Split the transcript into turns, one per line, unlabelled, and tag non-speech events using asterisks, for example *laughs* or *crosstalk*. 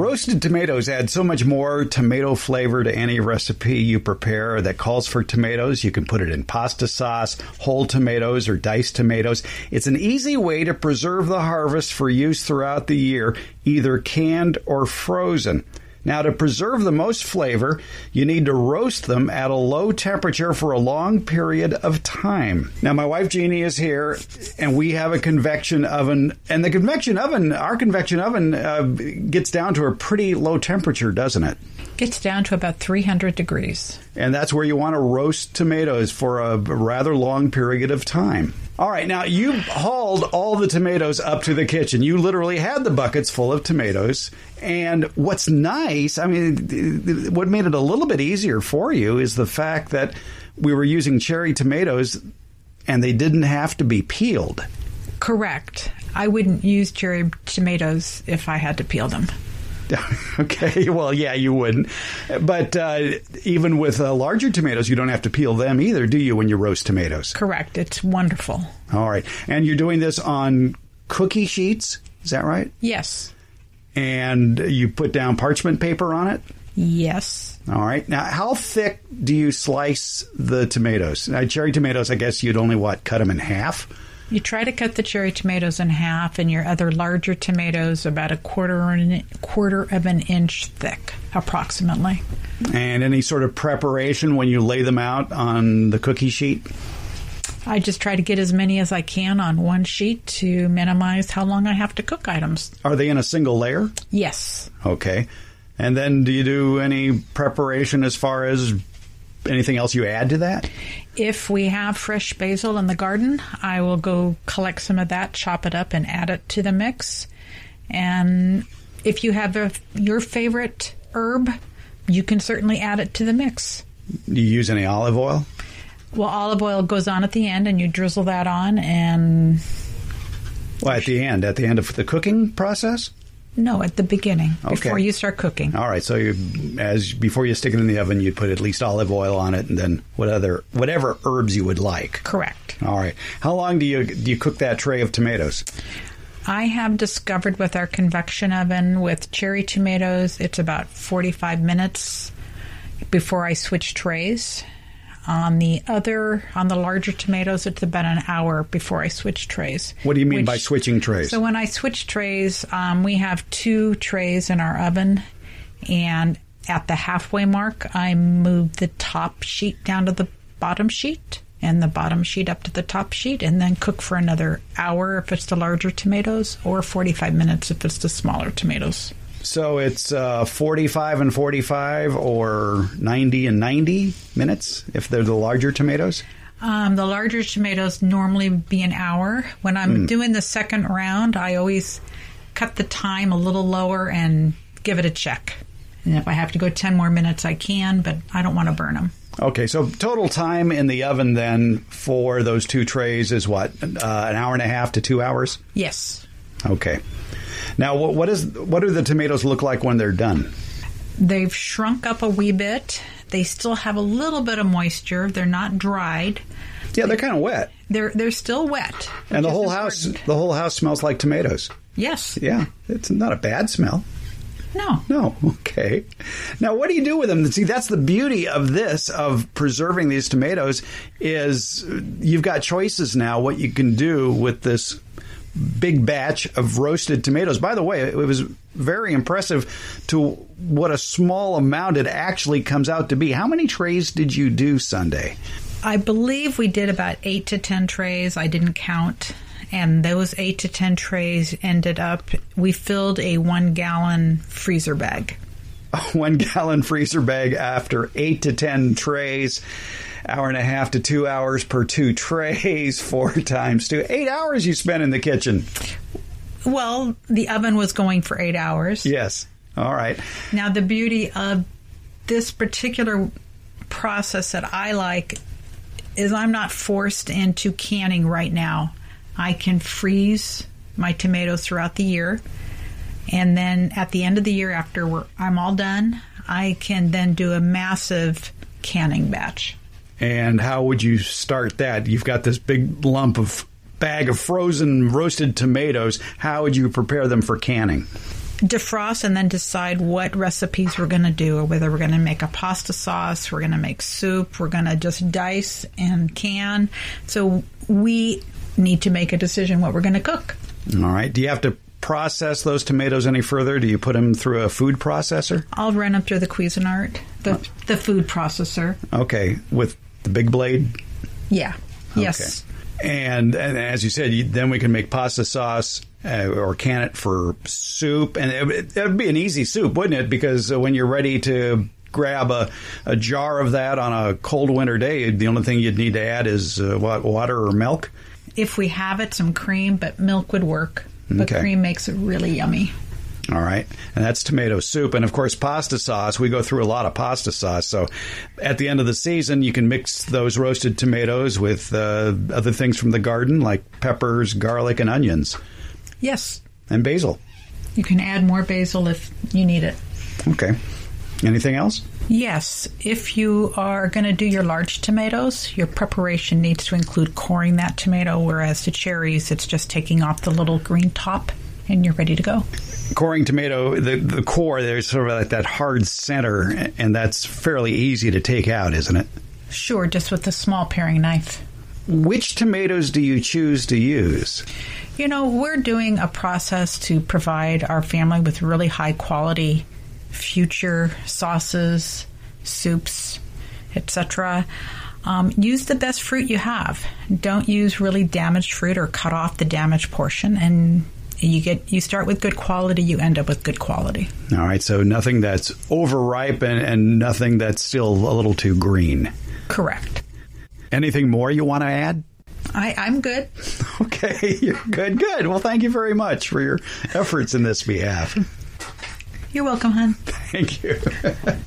Roasted tomatoes add so much more tomato flavor to any recipe you prepare that calls for tomatoes. You can put it in pasta sauce, whole tomatoes, or diced tomatoes. It's an easy way to preserve the harvest for use throughout the year, either canned or frozen. Now, to preserve the most flavor, you need to roast them at a low temperature for a long period of time. Now, my wife Jeannie is here, and we have a convection oven. And the convection oven, our convection oven, uh, gets down to a pretty low temperature, doesn't it?
Gets down to about 300 degrees.
And that's where you want to roast tomatoes for a rather long period of time. All right, now you hauled all the tomatoes up to the kitchen. You literally had the buckets full of tomatoes. And what's nice, I mean, what made it a little bit easier for you is the fact that we were using cherry tomatoes and they didn't have to be peeled. *laughs*
Correct. I wouldn't use cherry tomatoes if I had to peel them.
okay, well, yeah, you wouldn't. But uh, even with uh, larger tomatoes, you don't have to peel them either, do you, when you roast tomatoes?
Correct. It's wonderful.
All right. And you're doing this on cookie sheets, is that right?
Yes.
And you put down parchment paper on it?
Yes.
All right. Now, how thick do you slice the tomatoes? Now, cherry tomatoes, I guess you'd only, what, cut them in half?
You try to cut the cherry tomatoes in half and your other larger tomatoes about a quarter quarter of an inch thick, approximately.
And any sort of preparation when you lay them out on the cookie sheet?
I just try to get as many as I can on one sheet to minimize how long I have to cook items.
Are they in a single layer?
Yes.
Okay. And then do you do any preparation as far as anything else you add to that?
If we have fresh basil in the garden, I will go collect some of that, chop it up, and add it to the mix. And if you have a, your favorite herb, you can certainly add it to the mix.
Do you use any olive oil?
Well, olive oil goes on at the end, and you drizzle that on, and.
Well, at the end, at the end of the cooking process?
No, at the beginning okay. before you start cooking.
All right, so you, as before you stick it in the oven, you put at least olive oil on it, and then what other whatever herbs you would like.
Correct.
All right. How long do you do you cook that tray of tomatoes?
I have discovered with our convection oven with cherry tomatoes, it's about forty-five minutes before I switch trays. On the other, on the larger tomatoes, it's about an hour before I switch trays.
What do you mean which, by switching trays?
So when I switch trays, um, we have two trays in our oven, and at the halfway mark, I move the top sheet down to the bottom sheet. And the bottom sheet up to the top sheet, and then cook for another hour if it's the larger tomatoes, or 45 minutes if it's the smaller tomatoes.
So it's uh, 45 and 45 or 90 and 90 minutes if they're the larger tomatoes?
Um, the larger tomatoes normally be an hour. When
Hmm.
I'm mm. doing the second round, I always cut the time a little lower and give it a check. And if I have to go 10 more minutes, I can, but I don't want to burn them.
Okay, so total time in the oven then for those two trays is what, uh, an hour and a half to two hours?
Yes.
Okay. Now, what, what is what do the tomatoes look like when they're done?
They've shrunk up a wee bit. They still have a little bit of moisture. They're not dried.
Yeah, they're kind of wet.
They're they're still wet.
And the whole house the whole house smells like tomatoes.
Yes.
Yeah, it's not a bad smell.
No.
No. *laughs* Okay. Now, what do you do with them? See, that's the beauty of this of preserving these tomatoes is you've got choices now what you can do with this big batch of roasted tomatoes. By the way, it was very impressive to what a small amount it actually comes out to be. How many trays did you do Sunday?
I believe we did about eight to ten trays. I didn't count. And those eight to ten trays ended up, we filled a one gallon freezer bag.
A *laughs* one gallon freezer bag after eight to ten trays hour and a half to two hours per two trays, *laughs* four times two. Eight hours you spent in the kitchen.
Well, the oven was going for eight hours.
Yes. All right.
Now, the beauty of this particular process that I like is I'm not forced into canning right now. I can freeze my tomatoes throughout the year. And then at the end of the year, after I'm all done, I can then do a massive canning batch
and how would you start that? You've got this big lump of bag of frozen roasted tomatoes. How would you prepare them for canning?
defrost and then decide what recipes we're going to do or whether we're going to make a pasta sauce, we're going to make soup, we're going to just dice and can. So we need to make a decision what we're going to cook.
All right. Do you have to process those tomatoes any further? Do you put them through a food processor?
I'll run them through the Cuisinart, the, the food processor.
Okay, with the big blade.
Yeah. Yes.
And, and as you said, you, then we can make pasta sauce uh, or can it for soup. And it, would- that would be an easy soup, wouldn't it? Because uh, when you're ready to grab a, a jar of that on a cold winter day, the only thing you'd need to add is uh, what, water or milk.
If we have it, some cream, but milk would work. But
Okay.
cream makes it really yummy.
All right. And that's tomato soup. And of course, pasta sauce. We go through a lot of pasta sauce. So at the end of the season, you can mix those roasted tomatoes with uh, other things from the garden, like peppers, garlic, and onions,
Yes.
and basil.
You can add more basil if you need it.
Okay. Anything else?
Yes, if you are going to do your large tomatoes, your preparation needs to include coring that tomato, whereas the cherries, it's just taking off the little green top and you're ready to go.
Coring tomato, the, the core, there's sort of like that hard center, and that's fairly easy to take out, isn't it?
Sure, just with a small paring knife.
Which tomatoes do you choose to use?
You know, we're doing a process to provide our family with really high quality future sauces, soups, etc. Um, use the best fruit you have. Don't use really damaged fruit or cut off the damaged portion and you get you start with good quality, you end up with good quality.
All right, so nothing that's overripe and, and nothing that's still a little too green.
Correct.
Anything more you want to add? *laughs*
I, I'm good.
Okay, *laughs* you're good. Good. Well, thank you very much for your efforts in this behalf. *laughs*
You're welcome, hon.
Thank you.